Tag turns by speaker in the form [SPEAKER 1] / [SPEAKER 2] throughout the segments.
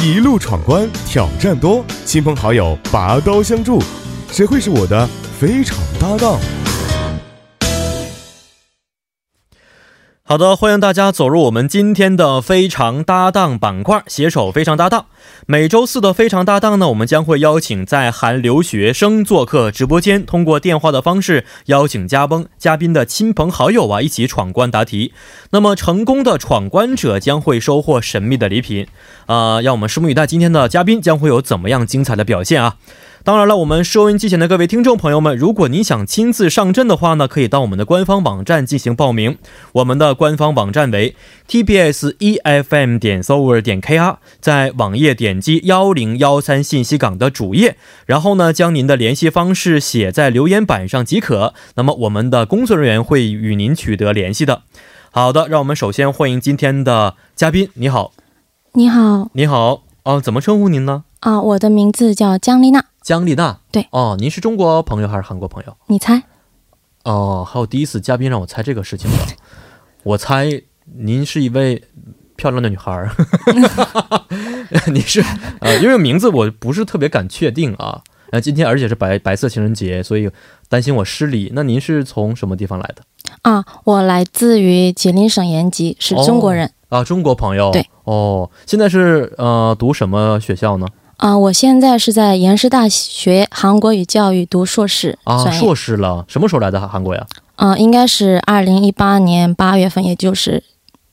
[SPEAKER 1] 一路闯关，挑战多，亲朋好友拔刀相助，谁会是我的非常搭档？
[SPEAKER 2] 好的，欢迎大家走入我们今天的非常搭档板块，携手非常搭档。每周四的非常搭档呢，我们将会邀请在韩留学生做客直播间，通过电话的方式邀请嘉宾嘉宾的亲朋好友啊，一起闯关答题。那么成功的闯关者将会收获神秘的礼品。呃，让我们拭目以待，今天的嘉宾将会有怎么样精彩的表现啊！当然了，我们收音机前的各位听众朋友们，如果你想亲自上阵的话呢，可以到我们的官方网站进行报名。我们的官方网站为 tbs efm e 点 s o v e r 点 kr，在网页点击幺零幺三信息港的主页，然后呢，将您的联系方式写在留言板上即可。那么我们的工作人员会与您取得联系的。好的，让我们首先欢迎今天的嘉宾。你好，
[SPEAKER 3] 你好
[SPEAKER 2] 你好，哦，怎么称呼您呢？
[SPEAKER 3] 啊，我的名字叫江丽娜，
[SPEAKER 2] 江丽娜。
[SPEAKER 3] 对
[SPEAKER 2] 哦，您是中国朋友还是韩国朋友？
[SPEAKER 3] 你猜？
[SPEAKER 2] 哦，还有第一次嘉宾让我猜这个事情的，我猜您是一位漂亮的女孩儿， 您是呃，因为名字我不是特别敢确定啊。呃，今天而且是白白色情人节，所以担心我失礼。那您是从什么地方来的？
[SPEAKER 3] 啊，我来自于吉林省延吉，是
[SPEAKER 2] 哦
[SPEAKER 3] 中国人。
[SPEAKER 2] 啊，中国朋友。
[SPEAKER 3] 对。
[SPEAKER 2] 哦，现在是呃读什么学校呢？
[SPEAKER 3] 啊，我现在是在延世大学韩国语教育读硕士
[SPEAKER 2] 啊，
[SPEAKER 3] 专业。
[SPEAKER 2] 硕士了。什么时候来的韩国呀？
[SPEAKER 3] 啊，应该是二零一八年八月份，也就是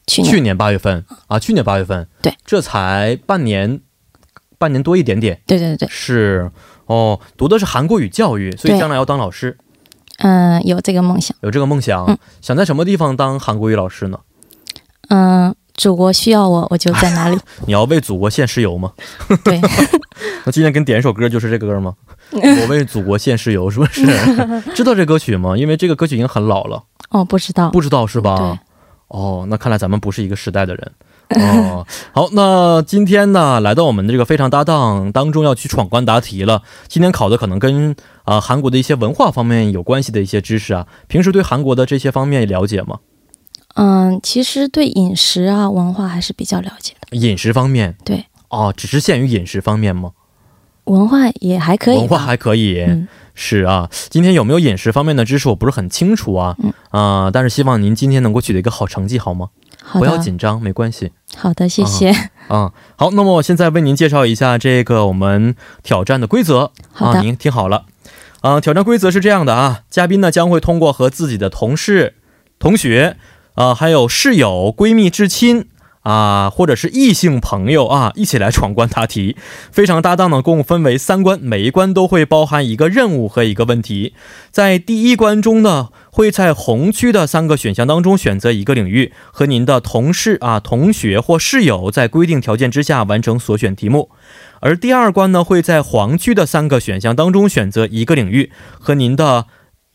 [SPEAKER 3] 去年。
[SPEAKER 2] 去年八月份啊，去年八月份，
[SPEAKER 3] 哎对，
[SPEAKER 2] 这才半年，半年多一点点，
[SPEAKER 3] 对对对，
[SPEAKER 2] 是哦，读的是韩国语教育，所以
[SPEAKER 3] 对
[SPEAKER 2] 将来要当老师，
[SPEAKER 3] 嗯、有这个梦想。
[SPEAKER 2] 有这个梦想、
[SPEAKER 3] 嗯
[SPEAKER 2] 想在什么地方当韩国语老师呢？
[SPEAKER 3] 嗯、祖国需要我，我就在 哪里。
[SPEAKER 2] 你要为祖国献石油吗？
[SPEAKER 3] 对，
[SPEAKER 2] 那今天给你点一首歌，就是这个歌 吗？我为祖国献石油，是不是？知道这歌曲吗？因为这个歌曲已经很老了，
[SPEAKER 3] 哦，不知道。
[SPEAKER 2] 不知道是吧？
[SPEAKER 3] 对，
[SPEAKER 2] 哦，那看来咱们不是一个时代的人。哦， 好，那今天呢，来到我们这个非常搭档当中，要去闯关答题了。今天考的可能跟啊、呃韩国的一些文化方面有关系的一些知识啊，平时对韩国的这些方面了解吗？
[SPEAKER 3] 嗯、其实对饮食啊文化还是比较了解的，
[SPEAKER 2] 饮食方面，
[SPEAKER 3] 对，
[SPEAKER 2] 哦，只是限于饮食方面吗？
[SPEAKER 3] 文化也还可以吧。
[SPEAKER 2] 文化还可以、
[SPEAKER 3] 嗯
[SPEAKER 2] 是啊。今天有没有饮食方面的知识，我不是很清楚啊。
[SPEAKER 3] 嗯
[SPEAKER 2] 啊、但是希望您今天能够取得一个好成绩，好吗？
[SPEAKER 3] 好
[SPEAKER 2] 不要
[SPEAKER 3] 的，
[SPEAKER 2] 紧张，没关系。
[SPEAKER 3] 好的，谢谢。
[SPEAKER 2] 啊、好，那么我现在为您介绍一下这个我们挑战的规则
[SPEAKER 3] 好的
[SPEAKER 2] 啊，您听好了。啊、挑战规则是这样的啊，嘉宾呢将会通过和自己的同事、同学啊、还有室友、闺蜜、至亲。啊，或者是异性朋友啊，一起来闯关答题。非常搭档呢，共分为三关，每一关都会包含一个任务和一个问题。在第一关中呢，会在红区的三个选项当中选择一个领域，和您的同事啊、同学或室友在规定条件之下完成所选题目。而第二关呢，会在黄区的三个选项当中选择一个领域，和您的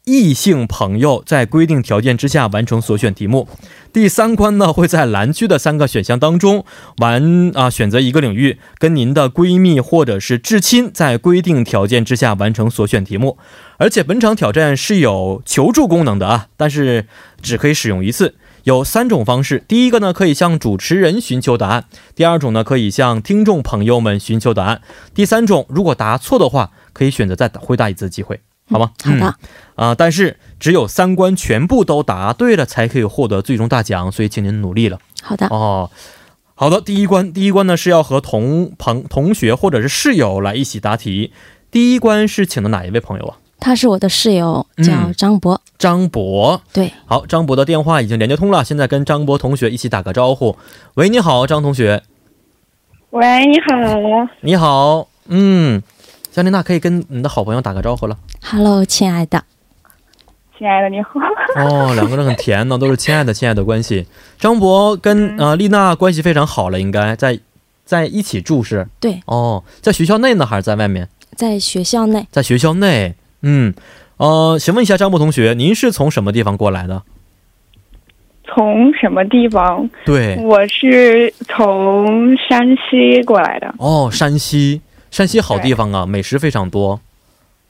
[SPEAKER 2] 异性朋友在规定条件之下完成所选题目。第三关呢，会在蓝区的三个选项当中完啊选择一个领域，跟您的闺蜜或者是至亲在规定条件之下完成所选题目。而且本场挑战是有求助功能的啊，但是只可以使用一次。有三种方式，第一个呢可以向主持人寻求答案，第二种呢可以向听众朋友们寻求答案，第三种如果答错的话，可以选择再打回答一次机会，好吗？
[SPEAKER 3] 好的。
[SPEAKER 2] 嗯啊、但是只有三关全部都答对了，才可以获得最终大奖，所以请您努力了。
[SPEAKER 3] 好的，
[SPEAKER 2] 哦，好的，第一关，第一关呢是要和同朋、同学或者是室友来一起答题。第一关是请的哪一位朋友啊？
[SPEAKER 3] 他是我的室友，
[SPEAKER 2] 嗯
[SPEAKER 3] 叫张博。
[SPEAKER 2] 张博。
[SPEAKER 3] 对，
[SPEAKER 2] 好，张博的电话已经连接通了，现在跟张博同学一起打个招呼。喂，你好，张同学。
[SPEAKER 4] 喂，你好，
[SPEAKER 2] 你好，嗯，江丽娜可以跟你的好朋友打个招呼了。
[SPEAKER 3] Hello，亲爱的。
[SPEAKER 4] 亲爱的，你好。
[SPEAKER 2] 哦，两个人很甜呢，都是亲爱的亲爱的关系。张博跟呃丽娜关系非常好了，应该在在一起住是？
[SPEAKER 3] 对，
[SPEAKER 2] 哦，在学校内呢还是在外面？
[SPEAKER 3] 在学校内，
[SPEAKER 2] 在学校内。嗯，呃，请问一下张博同学，您是从什么地方过来的？
[SPEAKER 4] 从什么地方？
[SPEAKER 2] 对，
[SPEAKER 4] 我是从山西过来的。
[SPEAKER 2] 哦，山西，山西好地方啊，美食非常多。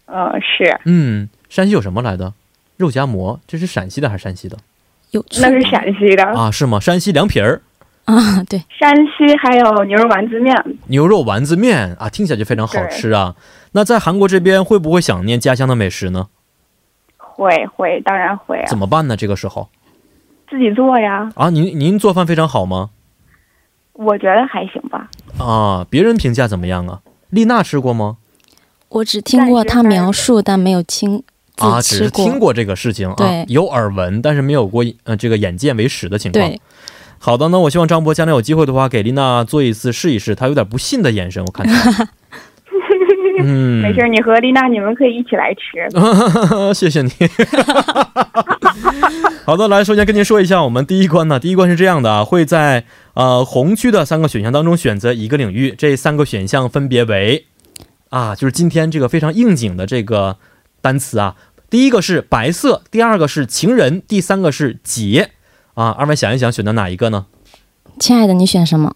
[SPEAKER 4] 呃，是，
[SPEAKER 2] 嗯，山西有什么来的？肉夹馍，这是陕西的还是山西的啊
[SPEAKER 3] 有
[SPEAKER 4] 那是陕西的。
[SPEAKER 2] 啊？是吗？山西凉皮儿，
[SPEAKER 3] 啊，对，
[SPEAKER 4] 山西还有牛肉丸子面，
[SPEAKER 2] 牛肉丸子面啊，听起来就非常好吃啊。那在韩国这边会不会想念家乡的美食呢？
[SPEAKER 4] 会会，当然会啊
[SPEAKER 2] 怎，么办呢？这个时候
[SPEAKER 4] 自己做呀，
[SPEAKER 2] 啊，您您做饭非常好吗？
[SPEAKER 4] 我觉得还行吧。
[SPEAKER 2] 啊，别人评价怎么样啊？丽娜吃过吗？
[SPEAKER 3] 我只听过他描述，但没有亲
[SPEAKER 2] 啊，
[SPEAKER 3] 自
[SPEAKER 2] 只是
[SPEAKER 3] 吃
[SPEAKER 2] 听过这个事情啊
[SPEAKER 3] 对，
[SPEAKER 2] 有耳闻，但是没有过呃这个眼见为实的情况。
[SPEAKER 3] 对，
[SPEAKER 2] 好的，那我希望张博将来有机会的话，给丽娜做一次试一试。她有点不信的眼神，我看到。 嗯，
[SPEAKER 4] 没事，你和丽娜你们可以一起来吃。
[SPEAKER 2] 谢谢你。好的，来，首先跟您说一下我们第一关呢。第一关是这样的啊，会在呃红区的三个选项当中选择一个领域，这三个选项分别为啊，就是今天这个非常应景的这个单词啊。第一个是白色，第二个是情人，第三个是节啊。二位想一想，选择哪一个呢？
[SPEAKER 3] 亲爱的，你选什么？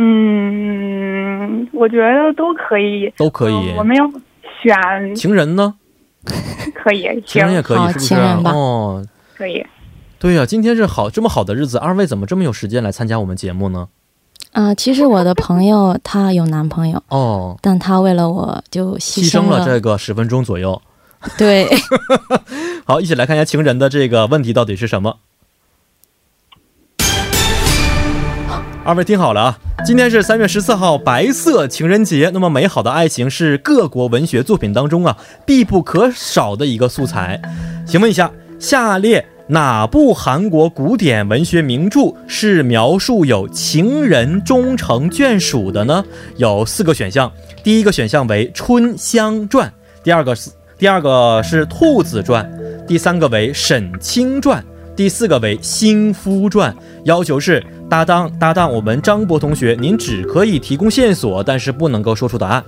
[SPEAKER 4] 嗯，我觉得都可以。
[SPEAKER 2] 都可以。
[SPEAKER 3] 呃
[SPEAKER 4] 嗯我没有选，
[SPEAKER 2] 情人呢？
[SPEAKER 4] 可以，
[SPEAKER 2] 情人也
[SPEAKER 4] 行，
[SPEAKER 2] 可以，
[SPEAKER 3] 好
[SPEAKER 2] 是不是？
[SPEAKER 3] 情人吧
[SPEAKER 2] 哦，
[SPEAKER 4] 可以。
[SPEAKER 2] 对呀、今天是好这么好的日子，二位怎么这么有时间来参加我们节目呢？
[SPEAKER 3] 啊、其实我的朋友她有男朋友，
[SPEAKER 2] 哦，
[SPEAKER 3] 但她为了我就
[SPEAKER 2] 牺
[SPEAKER 3] 牺
[SPEAKER 2] 牲了
[SPEAKER 3] 了。
[SPEAKER 2] 这个十分钟左右。
[SPEAKER 3] 对，
[SPEAKER 2] 好，一起来看一下情人的这个问题到底是什么。二位听好了啊，今天是三月十四号，白色情人节。那么美好的爱情是各国文学作品当中啊必不可少的一个素材。请问一下，下列哪部韩国古典文学名著是描述有情人终成眷属的呢？有四个选项，第一个选项为《春香传》，第二个是第二个是《兔子传》，第三个为《沈清传》，第四个为《新夫传》。要求是搭档搭档，我们张博同学，您只可以提供线索，但是不能够说出答案。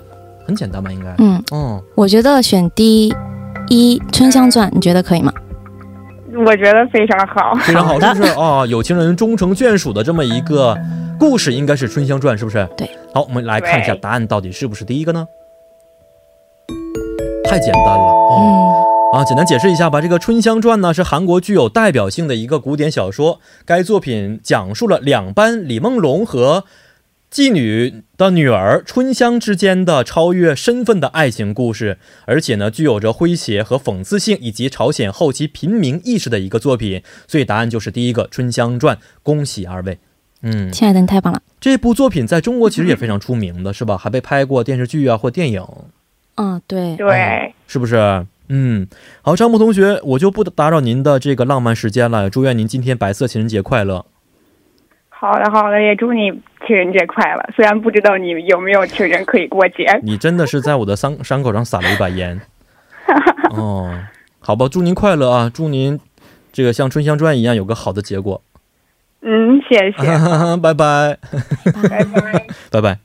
[SPEAKER 2] 很简单吧，应该。
[SPEAKER 3] 嗯，
[SPEAKER 2] 哦，
[SPEAKER 3] 我觉得选第一《春香传》，你觉得可以吗？
[SPEAKER 4] 我觉得非常好，
[SPEAKER 2] 非常好，是不是？哦，有情人终成眷属的这么一个故事，应该是《春香传》，是不是？
[SPEAKER 3] 对。
[SPEAKER 2] 好，我们来看一下
[SPEAKER 4] 对
[SPEAKER 2] 答案到底是不是第一个呢？太简单了哦。啊，简单解释一下吧。这个《春香传》呢，是韩国具有代表性的一个古典小说。该作品讲述了两班李梦龙和妓女的女儿春香之间的超越身份的爱情故事，而且呢，具有着诙谐和讽刺性，以及朝鲜后期平民意识的一个作品。所以答案就是第一个《春香传》。恭喜二位。嗯
[SPEAKER 3] 嗯，，亲爱的，你太棒了。
[SPEAKER 2] 这部作品在中国其实也非常出名的，是吧？还被拍过电视剧啊或电影。
[SPEAKER 3] 嗯，对，
[SPEAKER 4] 对，
[SPEAKER 2] 是不是？嗯，好，张博同学，我就不打扰您的这个浪漫时间了，祝愿您今天白色情人节快乐。
[SPEAKER 4] 好的好的，也祝你情人节快乐。虽然不知道你有没有情人可以过 节，
[SPEAKER 2] 你真的是在我的伤伤口上撒了一把盐。哦，好吧，祝您快乐啊，祝您这个像《春香传》一样有个好的结果。
[SPEAKER 4] 嗯，谢谢，
[SPEAKER 2] 拜拜，
[SPEAKER 4] 拜拜。
[SPEAKER 2] 拜拜。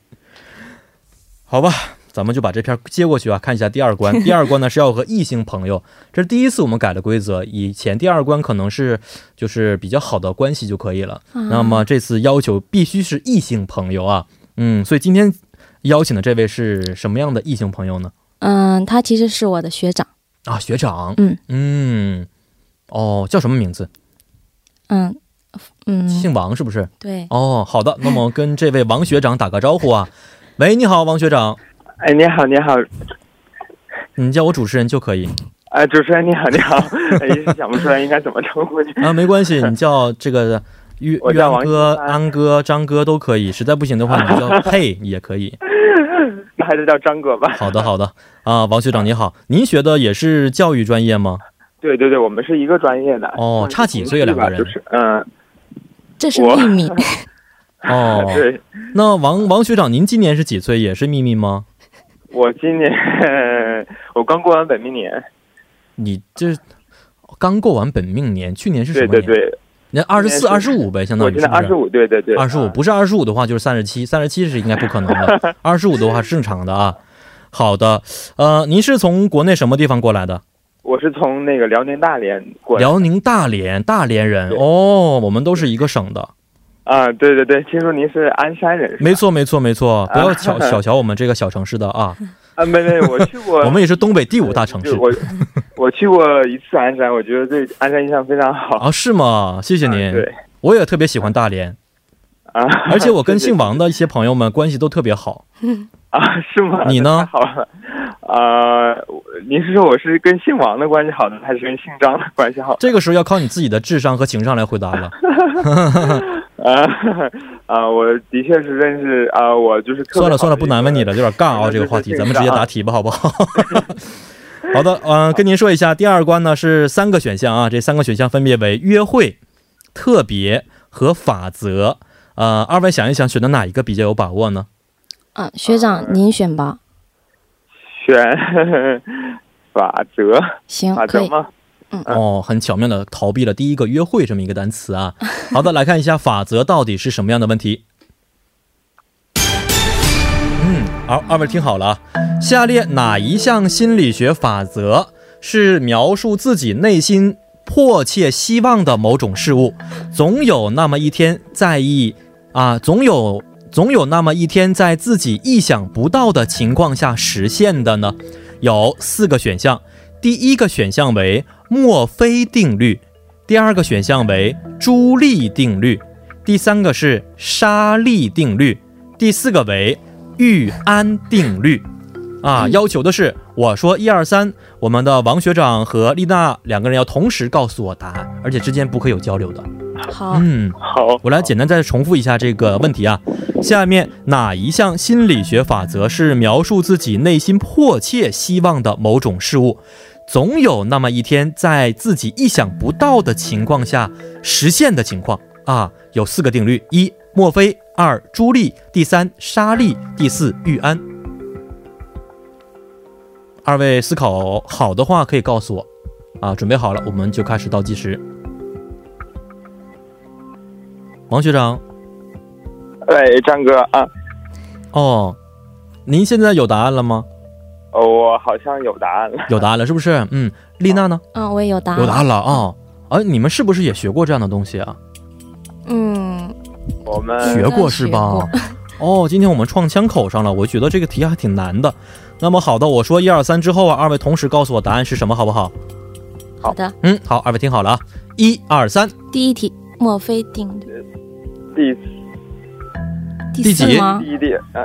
[SPEAKER 2] 好吧，咱们就把这篇接过去啊，看一下第二关。第二关呢是要和异性朋友，这是第一次我们改了规则，以前第二关可能是就是比较好的关系就可以了。
[SPEAKER 3] 啊嗯
[SPEAKER 2] 那么这次要求必须是异性朋友啊，嗯，所以今天邀请的这位是什么样的异性朋友呢？
[SPEAKER 3] 嗯，他其实是我的学长，
[SPEAKER 2] 啊，学长，
[SPEAKER 3] 嗯
[SPEAKER 2] 嗯，哦，叫什么名字？
[SPEAKER 3] 嗯嗯，
[SPEAKER 2] 姓王是不是？
[SPEAKER 3] 对，
[SPEAKER 2] 哦，好的，那么跟这位王学长打个招呼啊。喂，你好，王学长，
[SPEAKER 5] 哎，你好，你好，
[SPEAKER 2] 你叫我主持人就可以
[SPEAKER 5] 哎，主持人你好，你 好，哎，一时想不出来应该怎么称呼你。
[SPEAKER 2] 啊，没关系，你叫这个玉
[SPEAKER 5] 我
[SPEAKER 2] 玉安
[SPEAKER 5] 叫王
[SPEAKER 2] 哥、
[SPEAKER 5] 先生
[SPEAKER 2] 安哥、张哥都可以，实在不行的话，你叫嘿也可以。
[SPEAKER 5] 那还是叫张哥吧。
[SPEAKER 2] 好的，好的啊，王学长您好，您学的也是教育专业吗？
[SPEAKER 5] 对对对，我们是一个专业的。嗯
[SPEAKER 2] 哦差几岁啊两个人
[SPEAKER 5] 就是嗯，
[SPEAKER 3] 这是
[SPEAKER 5] 我
[SPEAKER 3] 秘密。
[SPEAKER 2] 哦，
[SPEAKER 5] 对，
[SPEAKER 2] 那王王学长，您今年是几岁？也是秘密吗？
[SPEAKER 5] 我今年 我刚过完本命年。
[SPEAKER 2] 你这刚过完本命年，去年是什
[SPEAKER 5] 对
[SPEAKER 2] 么
[SPEAKER 5] 对
[SPEAKER 2] 年？
[SPEAKER 5] 对，
[SPEAKER 2] 那二十四、
[SPEAKER 5] 今
[SPEAKER 2] 二
[SPEAKER 5] 年
[SPEAKER 2] 十
[SPEAKER 5] 是
[SPEAKER 2] 五呗，相当
[SPEAKER 5] 我
[SPEAKER 2] 于
[SPEAKER 5] 今
[SPEAKER 2] 是
[SPEAKER 5] 年
[SPEAKER 2] 不
[SPEAKER 5] 二
[SPEAKER 2] 是
[SPEAKER 5] 十？五，对对对，
[SPEAKER 2] 二十五
[SPEAKER 5] 啊
[SPEAKER 2] 不是二十五的话就是三十七，三十七是应该不可能 的，二十五的话是正常的啊。好的，呃，您是从国内什么地方过来的？
[SPEAKER 5] 我是从那个辽宁大连过来。
[SPEAKER 2] 辽宁大连，大连人
[SPEAKER 5] 对
[SPEAKER 2] 哦，我们都是一个省的，
[SPEAKER 5] 啊，对对对，听说您是鞍山人是吧？
[SPEAKER 2] 没错，没错，没错，不要 小小瞧我们这个小城市的啊，
[SPEAKER 5] 啊，没没，我去过。
[SPEAKER 2] 我们也是东北第五大城市
[SPEAKER 5] 对我我去过一次鞍
[SPEAKER 2] 哦
[SPEAKER 5] 山，我觉得对鞍山印象非常好。
[SPEAKER 2] 啊，是吗？谢谢您，
[SPEAKER 5] 对
[SPEAKER 2] 我也特别喜欢大连，
[SPEAKER 5] 啊
[SPEAKER 2] 而且我跟姓王的一些朋友们关系都特别好。
[SPEAKER 5] 啊， 是吗？
[SPEAKER 2] 你呢
[SPEAKER 5] 太好了，呃，我您是说我是跟姓王的关系好呢，还是跟姓张的关系好？
[SPEAKER 2] 这个时候要靠你自己的智商和情商来回答了。
[SPEAKER 5] 啊啊，我的确是认识啊，我就是 特别
[SPEAKER 2] 算了算了，
[SPEAKER 5] 好的
[SPEAKER 2] 不难为你
[SPEAKER 5] 一个
[SPEAKER 2] 了，有点尬啊，
[SPEAKER 5] 对
[SPEAKER 2] 这个话
[SPEAKER 5] 对
[SPEAKER 2] 题，
[SPEAKER 5] 对
[SPEAKER 2] 咱们直接
[SPEAKER 5] 是啊
[SPEAKER 2] 答题吧，好不好？
[SPEAKER 5] 啊
[SPEAKER 2] 好的，嗯、跟您说一下，第二关呢是三个选项啊，这三个选项分别为约会、特别和法则。呃，二位想一想，选择哪一个比较有把握呢？
[SPEAKER 3] 啊，学长您选吧。
[SPEAKER 5] 选法则，
[SPEAKER 3] 行
[SPEAKER 5] 法，
[SPEAKER 3] 可
[SPEAKER 5] 则
[SPEAKER 3] 以。
[SPEAKER 5] 吗？嗯
[SPEAKER 2] 哦，很巧妙的逃避了第一个“约会”这么一个单词啊。好的，来看一下法则到底是什么样的问题。嗯，好，二位听好了啊，下列哪一项心理学法则是描述自己内心迫切希望的某种事物？总有那么一天，在意啊，总有总有那么一天，在自己意想不到的情况下实现的呢？有四个选项，第一个选项为墨菲定律，第二个选项为朱莉定律，第三个是沙利定律，第四个为玉安定律。啊，要求的是我说一二三，我们的王学长和丽娜两个人要同时告诉我答案，而且之间不可以有交流的。
[SPEAKER 3] 好，
[SPEAKER 2] 嗯，
[SPEAKER 5] 好，
[SPEAKER 2] 我来简单再重复一下这个问题啊。下面哪一项心理学法则是描述自己内心迫切希望的某种事物？总有那么一天，在自己意想不到的情况下实现的情况啊，有四个定律：一、墨菲；二、朱莉；第三、沙利；第四、玉安。二位思考好的话，可以告诉我啊。准备好了，我们就开始倒计时。王学长，
[SPEAKER 5] 哎，张哥啊，
[SPEAKER 2] 哦，您现在有答案了吗？
[SPEAKER 5] 哦我好像有答案了。
[SPEAKER 2] 有答案了是不是？嗯，丽娜呢？
[SPEAKER 3] 嗯，我也有答案。
[SPEAKER 2] 有答案了啊、哦！哎，你们是不是也学过这样的东西啊？
[SPEAKER 3] 嗯，
[SPEAKER 5] 我们
[SPEAKER 2] 学过是吧
[SPEAKER 3] 学？
[SPEAKER 2] 哦，今天我们撞枪口上了，我觉得这个题还挺难的。那么好的，我说一二三之后啊，二位同时告诉我答案是什么，好不好？
[SPEAKER 3] 好的，
[SPEAKER 2] 嗯，好，二位听好了啊，一二三，
[SPEAKER 3] 第一题，墨菲定律。
[SPEAKER 5] 第呃
[SPEAKER 3] 第四
[SPEAKER 2] 几
[SPEAKER 3] 吗？
[SPEAKER 5] 第一点，呃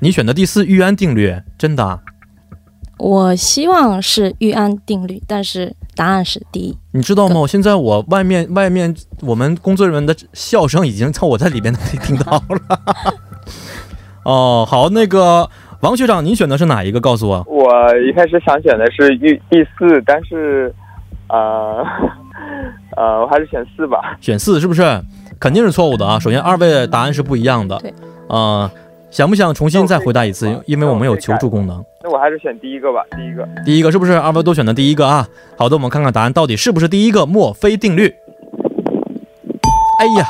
[SPEAKER 2] 你选的第四玉安定律，真的啊、
[SPEAKER 3] 我希望是玉安定律，但是答案是第一。
[SPEAKER 2] 你知道吗？我现在我外面外面我们工作人员的笑声已经在 我在里边都可以听到了。哦，好，那个王学长，您选的是哪一个？告诉我。
[SPEAKER 5] 我一开始想选的是第第四，但是，呃， 呃，我还是选四吧。
[SPEAKER 2] 选四是不是？肯定是错误的啊！首先，二位的答案是不一样的。
[SPEAKER 3] 对。
[SPEAKER 2] 呃，想不想重新再回答一次？
[SPEAKER 5] 那
[SPEAKER 2] 因
[SPEAKER 5] 我可以
[SPEAKER 2] 因为我们有求助功能。
[SPEAKER 5] 那我还是选第一个吧，第一个。
[SPEAKER 2] 第一个是不是？二位都选的第一个啊。好的，我们看看答案到底是不是第一个墨菲定律。哎呀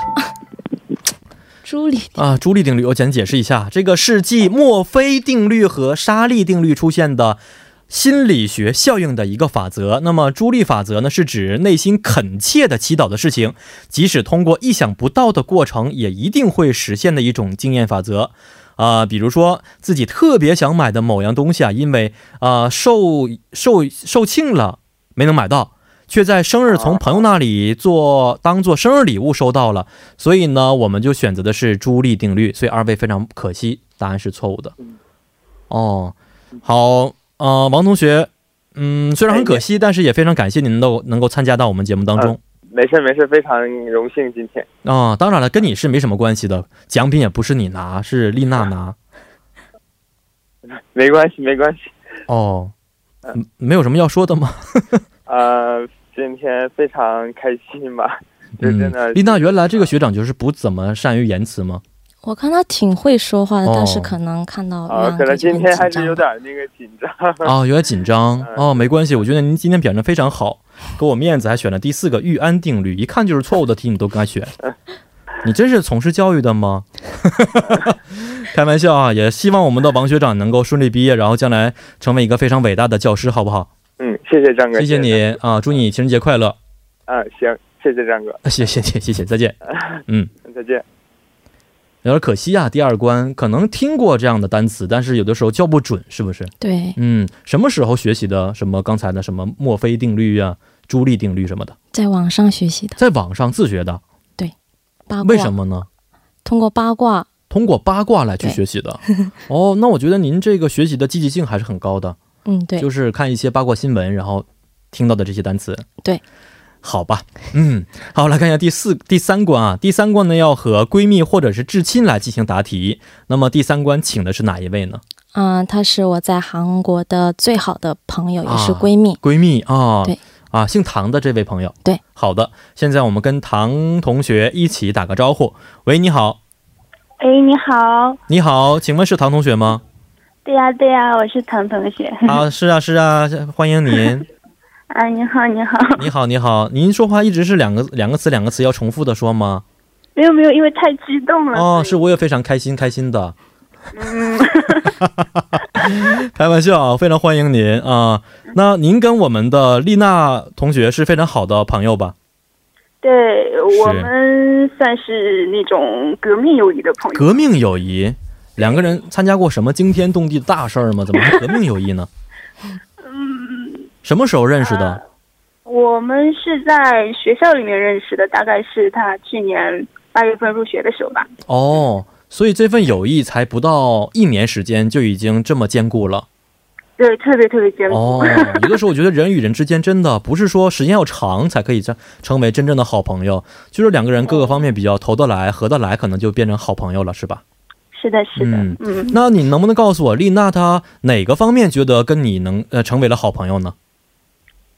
[SPEAKER 3] 朱莉
[SPEAKER 2] 啊，朱莉定律，我简解释一下，这个是继墨菲定律和沙利定律出现的。心理学效应的一个法则。那么朱莉法则呢，是指内心恳切的祈祷的事情，即使通过意想不到的过程，也一定会实现的一种经验法则。啊、比如说自己特别想买的某样东西啊，因为啊、呃售售售罄了，没能买到。却在生日从朋友那里做当做生日礼物收到了，所以呢，我们就选择的是朱莉定律。所以二位非常可惜，答案是错误的
[SPEAKER 5] 嗯。
[SPEAKER 2] 哦，好，呃，王同学，嗯，虽然很可惜，但是也非常感谢您能够能够参加到我们节目当中
[SPEAKER 5] 没事没事，非常荣幸今天。
[SPEAKER 2] 啊、当然了，跟你是没什么关系的，奖品也不是你拿，是丽娜 拿。
[SPEAKER 5] 没关系没关系，
[SPEAKER 2] 哦，嗯没有什么要说的吗？
[SPEAKER 5] 呃，今天非常开心吧，就真的。
[SPEAKER 2] 嗯，丽娜原来这个学长就是不怎么善于言辞吗？
[SPEAKER 3] 我看他挺会说话的，
[SPEAKER 2] 哦
[SPEAKER 3] 但是可能看到玉
[SPEAKER 5] 啊、
[SPEAKER 3] 安
[SPEAKER 5] 可能
[SPEAKER 3] 就
[SPEAKER 5] 今
[SPEAKER 3] 很
[SPEAKER 5] 天还
[SPEAKER 3] 紧
[SPEAKER 5] 是有
[SPEAKER 3] 张
[SPEAKER 5] 点那个紧张。
[SPEAKER 2] 啊、有点紧张哦，没关系，我觉得您今天表现非常 好，给我面子，还选了第四个玉安定律，一看就是错误的题，你都敢选，你真是从事教育的吗？ 开玩笑啊，也希望我们的王学长能够顺利毕业，然后将来成为一个非常伟大的教师，好不好？
[SPEAKER 5] 嗯，谢谢张哥，
[SPEAKER 2] 谢谢
[SPEAKER 5] 张哥。
[SPEAKER 2] 你啊，祝你情人节快乐，
[SPEAKER 5] 嗯，行，谢谢张哥，
[SPEAKER 2] 谢谢谢谢谢谢，再见。
[SPEAKER 5] 再见。
[SPEAKER 2] 有点可惜啊，第二关可能听过这样的单词，但是有的时候叫不准，是不是？
[SPEAKER 3] 对，
[SPEAKER 2] 嗯，什么时候学习的？什么刚才的什么墨菲定律啊、朱莉定律什么的，
[SPEAKER 3] 在网上学习的
[SPEAKER 2] 在网上自学的，
[SPEAKER 3] 八卦，
[SPEAKER 2] 为什么呢？
[SPEAKER 3] 通过八卦，
[SPEAKER 2] 通过八卦来去
[SPEAKER 3] 对
[SPEAKER 2] 学习 的。哦，那我觉得您这个学习的积极性还是很高的，
[SPEAKER 3] 嗯，对，
[SPEAKER 2] 就是看一些八卦新闻，然后听到的这些单词。
[SPEAKER 3] 对，
[SPEAKER 2] 好吧，嗯，好，来看一下第四、第三关啊。第三关呢要和闺蜜或者是至亲来进行答题。那么第三关请的是哪一位呢？
[SPEAKER 3] 嗯、她是我在韩国的最好的朋友，也是
[SPEAKER 2] 啊
[SPEAKER 3] 闺蜜。
[SPEAKER 2] 闺蜜啊、
[SPEAKER 3] 对
[SPEAKER 2] 啊，姓唐的这位朋友。
[SPEAKER 3] 对，
[SPEAKER 2] 好的，现在我们跟唐同学一起打个招呼。喂，你好，
[SPEAKER 6] 喂，哎你好。
[SPEAKER 2] 你好，请问是唐同学吗？
[SPEAKER 6] 对呀、对呀、我是唐同学。
[SPEAKER 2] 啊，是啊，是啊，欢迎您。
[SPEAKER 6] 啊，你好，你好。
[SPEAKER 2] 你好，你好，您说话一直是两个两个词两个词要重复的说吗？
[SPEAKER 6] 没有没有，因为太激动了。
[SPEAKER 2] 哦，是
[SPEAKER 6] 所以。
[SPEAKER 2] 我也非常开心，开心的，
[SPEAKER 6] 嗯，
[SPEAKER 2] 开玩笑啊，非常欢迎您啊、那您跟我们的丽娜同学是非常好的朋友吧？
[SPEAKER 6] 对我们算是那种革命友谊的朋友。
[SPEAKER 2] 革命友谊，两个人参加过什么惊天动地的大事儿吗？怎么还革命友谊呢？嗯，什么时候认识的？
[SPEAKER 6] 我们是在学校里面认识的，大概是他去年八月份入学的时候吧。
[SPEAKER 2] 哦，所以这份友谊才不到一年时间就已经这么坚固了。
[SPEAKER 6] 对，特别特别坚固。
[SPEAKER 2] 哦，有的时候我觉得人与人之间真的不是说时间要长才可以成成为真正的好朋友，就是两个人各个方面比较投得来、合得来，可能就变成好朋友了，是吧？
[SPEAKER 6] 是的，是的。
[SPEAKER 2] 嗯
[SPEAKER 6] 嗯
[SPEAKER 2] 那你能不能告诉我，丽娜她哪个方面觉得跟你能呃成为了好朋友呢？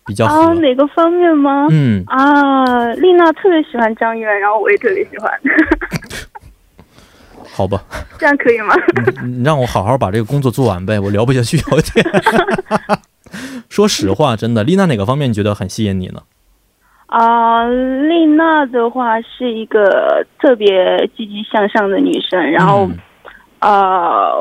[SPEAKER 2] 比较
[SPEAKER 6] 啊，
[SPEAKER 2] 合，
[SPEAKER 6] 哪个方面吗？
[SPEAKER 2] 嗯，
[SPEAKER 6] 啊，丽娜特别喜欢张远，然后我也特别喜欢，
[SPEAKER 2] 好吧，
[SPEAKER 6] 这样可以吗？
[SPEAKER 2] 你你让我好好把这个工作做完呗，我聊不下去有一天。说实话，真的，丽娜哪个方面你觉得很吸引你呢？
[SPEAKER 6] 啊，丽娜的话是一个特别积极向上的女生，然后、
[SPEAKER 2] 嗯
[SPEAKER 6] 呃，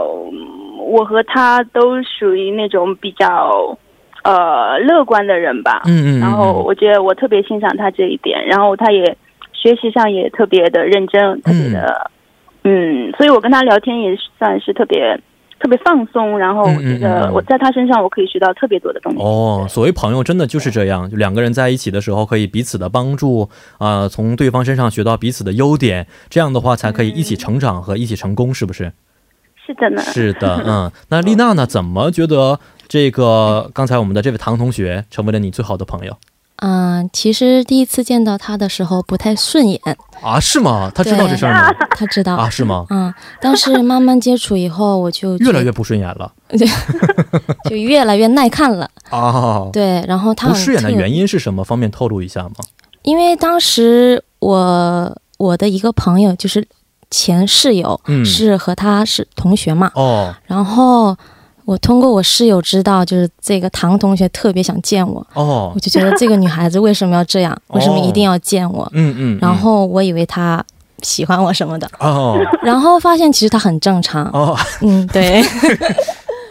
[SPEAKER 6] 我和她都属于那种比较呃乐观的人吧。
[SPEAKER 2] 嗯嗯，嗯
[SPEAKER 6] 然后我觉得我特别欣赏她这一点，然后她也学习上也特别的认真，特别的嗯所以我跟她聊天也算是特别特别放松，然后我觉
[SPEAKER 2] 嗯嗯嗯
[SPEAKER 6] 得
[SPEAKER 2] 嗯
[SPEAKER 6] 我在她身上我可以学到特别多的东西。
[SPEAKER 2] 哦，所谓朋友真的就是这样，就两个人在一起的时候可以彼此的帮助啊、从对方身上学到彼此的优点，这样的话才可以一起成长和一起成功，是不是？
[SPEAKER 6] 是的呢，
[SPEAKER 2] 是的，嗯。那丽娜呢？怎么觉得这个刚才我们的这位唐同学成为了你最好的朋友
[SPEAKER 3] 嗯、其实第一次见到她的时候不太顺眼，
[SPEAKER 2] 啊？是吗？他知道这事儿吗？
[SPEAKER 3] 她知道。
[SPEAKER 2] 啊，是吗？
[SPEAKER 3] 嗯，但是慢慢接触以后，我就
[SPEAKER 2] 越来越
[SPEAKER 3] 觉
[SPEAKER 2] 不顺眼了
[SPEAKER 3] 就越来越耐看了。
[SPEAKER 2] 啊！
[SPEAKER 3] 对，然后她
[SPEAKER 2] 不
[SPEAKER 3] 很
[SPEAKER 2] 顺眼的
[SPEAKER 3] 特
[SPEAKER 2] 原因是什么？方便透露一下吗？
[SPEAKER 3] 因为当时我我的一个朋友就是前室友，
[SPEAKER 2] 嗯
[SPEAKER 3] 是和他是同学嘛，
[SPEAKER 2] 哦
[SPEAKER 3] 然后我通过我室友知道，就是这个唐同学特别想见我，
[SPEAKER 2] 哦
[SPEAKER 3] 我，就觉得这个女孩子为什么要这 样，为什么一定要见我？
[SPEAKER 2] 嗯嗯，嗯
[SPEAKER 3] 然后我以为她喜欢我什么的，
[SPEAKER 2] 哦
[SPEAKER 3] 然后发现其实她很正常，
[SPEAKER 2] 哦，
[SPEAKER 3] 嗯，对，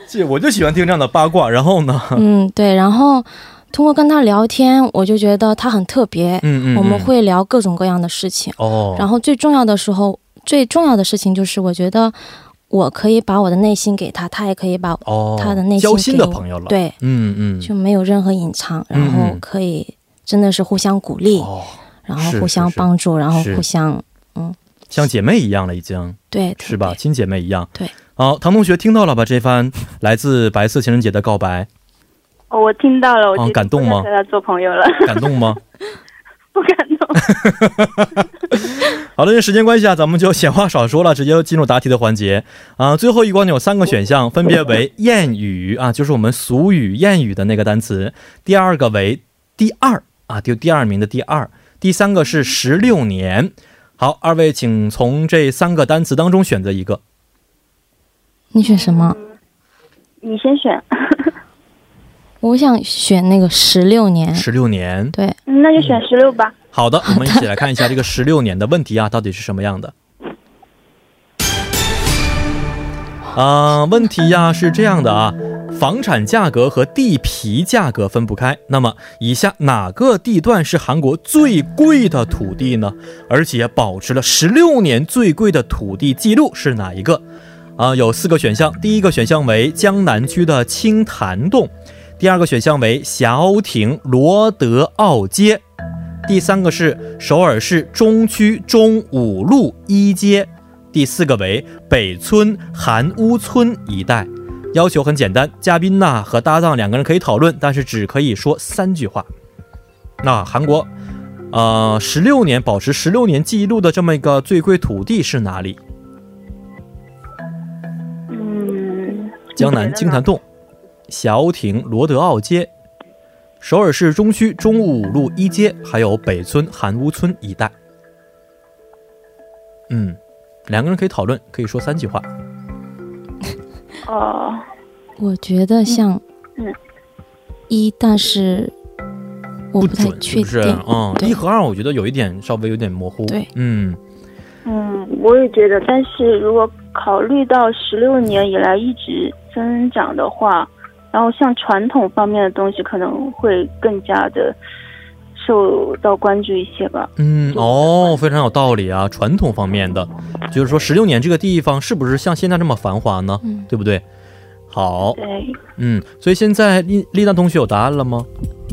[SPEAKER 2] 这 我就喜欢听这样的八卦。然后呢？
[SPEAKER 3] 嗯对，然后通过跟她聊天，我就觉得她很特别，
[SPEAKER 2] 嗯嗯，
[SPEAKER 3] 我们
[SPEAKER 2] 嗯
[SPEAKER 3] 会聊各种各样的事情。
[SPEAKER 2] 哦，
[SPEAKER 3] 然后最重要的时候，最重要的事情就是，我觉得我可以把我的内心给他，他也可以把
[SPEAKER 2] 哦，
[SPEAKER 3] 他的内心
[SPEAKER 2] 交心的
[SPEAKER 3] 给我
[SPEAKER 2] 朋友了，，
[SPEAKER 3] 对，
[SPEAKER 2] 嗯嗯，
[SPEAKER 3] 就没有任何隐藏，然
[SPEAKER 2] 嗯
[SPEAKER 3] 后
[SPEAKER 2] 嗯
[SPEAKER 3] 可以真的是互相鼓励，
[SPEAKER 2] 哦，
[SPEAKER 3] 然
[SPEAKER 2] 是
[SPEAKER 3] 后
[SPEAKER 2] 是
[SPEAKER 3] 互相
[SPEAKER 2] 是
[SPEAKER 3] 帮助，然后
[SPEAKER 2] 是
[SPEAKER 3] 互相
[SPEAKER 2] 像姐妹一样了，已经
[SPEAKER 3] 对，
[SPEAKER 2] 是吧？
[SPEAKER 3] 对？
[SPEAKER 2] 亲姐妹一样。
[SPEAKER 3] 对，
[SPEAKER 2] 好，唐同学听到了吧？这番来自白色情人节的告 白，
[SPEAKER 6] 哦，我听到了，我
[SPEAKER 2] 哦
[SPEAKER 6] 决定
[SPEAKER 2] 感动吗
[SPEAKER 6] 不再和他做朋友了，
[SPEAKER 2] 感动吗？
[SPEAKER 6] 不感 动。
[SPEAKER 2] 好的，因为时间关系啊，咱们就闲话少说了，直接进入答题的环节啊、最后一关呢有三个选项，分别为谚语啊，就是我们俗语谚语的那个单词；第二个为第二啊，就第二名的第二；第三个是十六年。好，二位请从这三个单词当中选择一个。
[SPEAKER 3] 你选什么？
[SPEAKER 6] 你先选，
[SPEAKER 3] 我想选那个十六年，
[SPEAKER 2] 十六年。
[SPEAKER 3] 对，
[SPEAKER 6] 嗯那就选十六吧。
[SPEAKER 2] 嗯好的，我们一起来看一下这个十六年的问题啊，到底是什么样的？啊、问题呀、是这样的啊，房产价格和地皮价格分不开。那么，以下哪个地段是韩国最贵的土地呢？而且保持了十六年最贵的土地记录是哪一个？啊、有四个选项，第一个选项为江南区的青潭洞，第二个选项为霞欧亭罗德奥街，第三个是首尔市中区中五路一街，第四个为北村韩屋村一带。要求很简单，嘉宾呐和搭档两个人可以讨论，但是只可以说三句话。那韩国，呃，十六年保持十六年记录的这么一个最贵土地是哪里？
[SPEAKER 6] 嗯，
[SPEAKER 2] 江南金坛洞、小艇罗德奥街、首尔市中区中五路一街，还有北村韩屋村一带。嗯，两个人可以讨论，可以说三句话。
[SPEAKER 6] 哦，
[SPEAKER 3] 我觉得像
[SPEAKER 6] 嗯
[SPEAKER 3] 一，但是我
[SPEAKER 2] 不
[SPEAKER 3] 不太
[SPEAKER 2] 准是
[SPEAKER 3] 确
[SPEAKER 2] 不是
[SPEAKER 3] 定？。
[SPEAKER 2] 嗯，
[SPEAKER 3] 对
[SPEAKER 2] 一和二我觉得有一点稍微有点模糊。
[SPEAKER 3] 对，
[SPEAKER 2] 嗯，
[SPEAKER 6] 嗯，我也觉得，但是如果考虑到十六年以来一直增长的话，然后像传统方面的东西可能会更加的受到关注一些吧。
[SPEAKER 2] 嗯，哦，非常有道理啊！传统方面的，就是说十六年这个地方是不是像现在这么繁华呢？
[SPEAKER 3] 嗯，
[SPEAKER 2] 对不对？好，
[SPEAKER 6] 对，
[SPEAKER 2] 嗯，所以现在丽丽娜同学有答案了吗？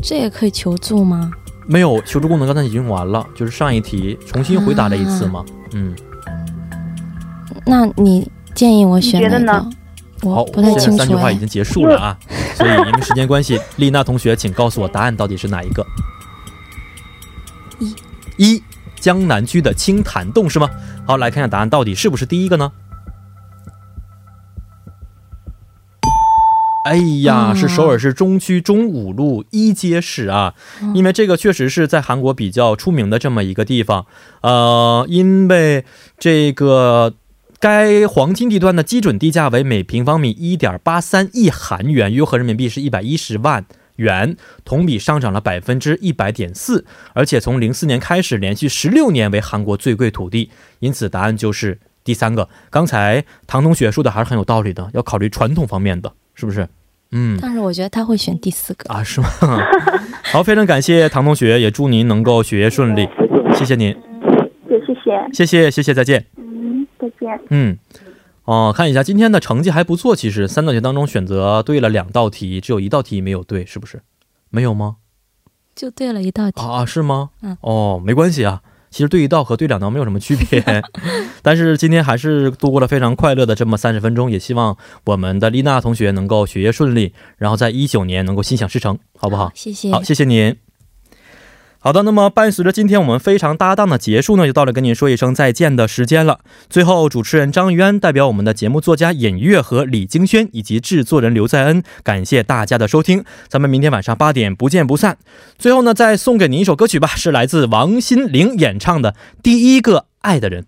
[SPEAKER 3] 这也可以求助吗？
[SPEAKER 2] 没有，求助功能刚才已经完了，就是上一题重新回答了一次嘛。嗯，
[SPEAKER 3] 那你建议我选
[SPEAKER 6] 你觉
[SPEAKER 3] 哪
[SPEAKER 6] 得
[SPEAKER 3] 个
[SPEAKER 6] 呢？
[SPEAKER 2] 好
[SPEAKER 3] 我，不太
[SPEAKER 2] 现
[SPEAKER 3] 清
[SPEAKER 2] 在三句
[SPEAKER 3] 楚
[SPEAKER 2] 话已
[SPEAKER 3] 哎。
[SPEAKER 2] 经结束了 啊，所以因为时间关系，丽娜同学，请告诉我答案到底是哪一个？
[SPEAKER 3] 一
[SPEAKER 2] 一，江南区的青潭洞是吗？好，来看看答案到底是不是第一个呢？哎呀，
[SPEAKER 3] 嗯
[SPEAKER 2] 是首尔市中区中五路一街市啊，
[SPEAKER 3] 嗯
[SPEAKER 2] 因为这个确实是在韩国比较出名的这么一个地方。呃，因为这个该黄金地段的基准地价为每平方米一点八三亿韩元，约合人民币是一百一十万元，同比上涨了百分之一百点四，而且从零四年开始连续十六年为韩国最贵土地，因此答案就是第三个。刚才唐同学说的还是很有道理的，要考虑传统方面的，是不是？嗯。
[SPEAKER 3] 但是我觉得他会选第四个。
[SPEAKER 2] 啊，是吗？ 好，非常感谢唐同学，也祝您能够学业顺利，谢谢您，
[SPEAKER 6] 也谢谢，
[SPEAKER 2] 谢谢，谢谢，再见。
[SPEAKER 6] 嗯，再见。
[SPEAKER 2] 嗯，哦，看一下今天的成绩还不错，其实三道题当中选择对了两道题，只有一道题没有对，是不是？没有吗？
[SPEAKER 3] 就对了一道题，
[SPEAKER 2] 啊，是吗？
[SPEAKER 3] 嗯，
[SPEAKER 2] 哦，没关系啊。其实对一道和对两道没有什么区别，但是今天还是度过了非常快乐的这么三十分钟，也希望我们的丽娜同学能够学业顺利，然后在一九年能够心想事成，好不好？
[SPEAKER 3] 谢谢。
[SPEAKER 2] 好，谢谢您。好的，那么伴随着今天我们非常搭档的结束呢，就到了跟您说一声再见的时间了。最后，主持人张渊代表我们的节目作家尹月和李京轩以及制作人刘在恩，感谢大家的收听，咱们明天晚上八点不见不散。最后呢，再送给您一首歌曲吧，是来自王心凌演唱的《第一个爱的人》。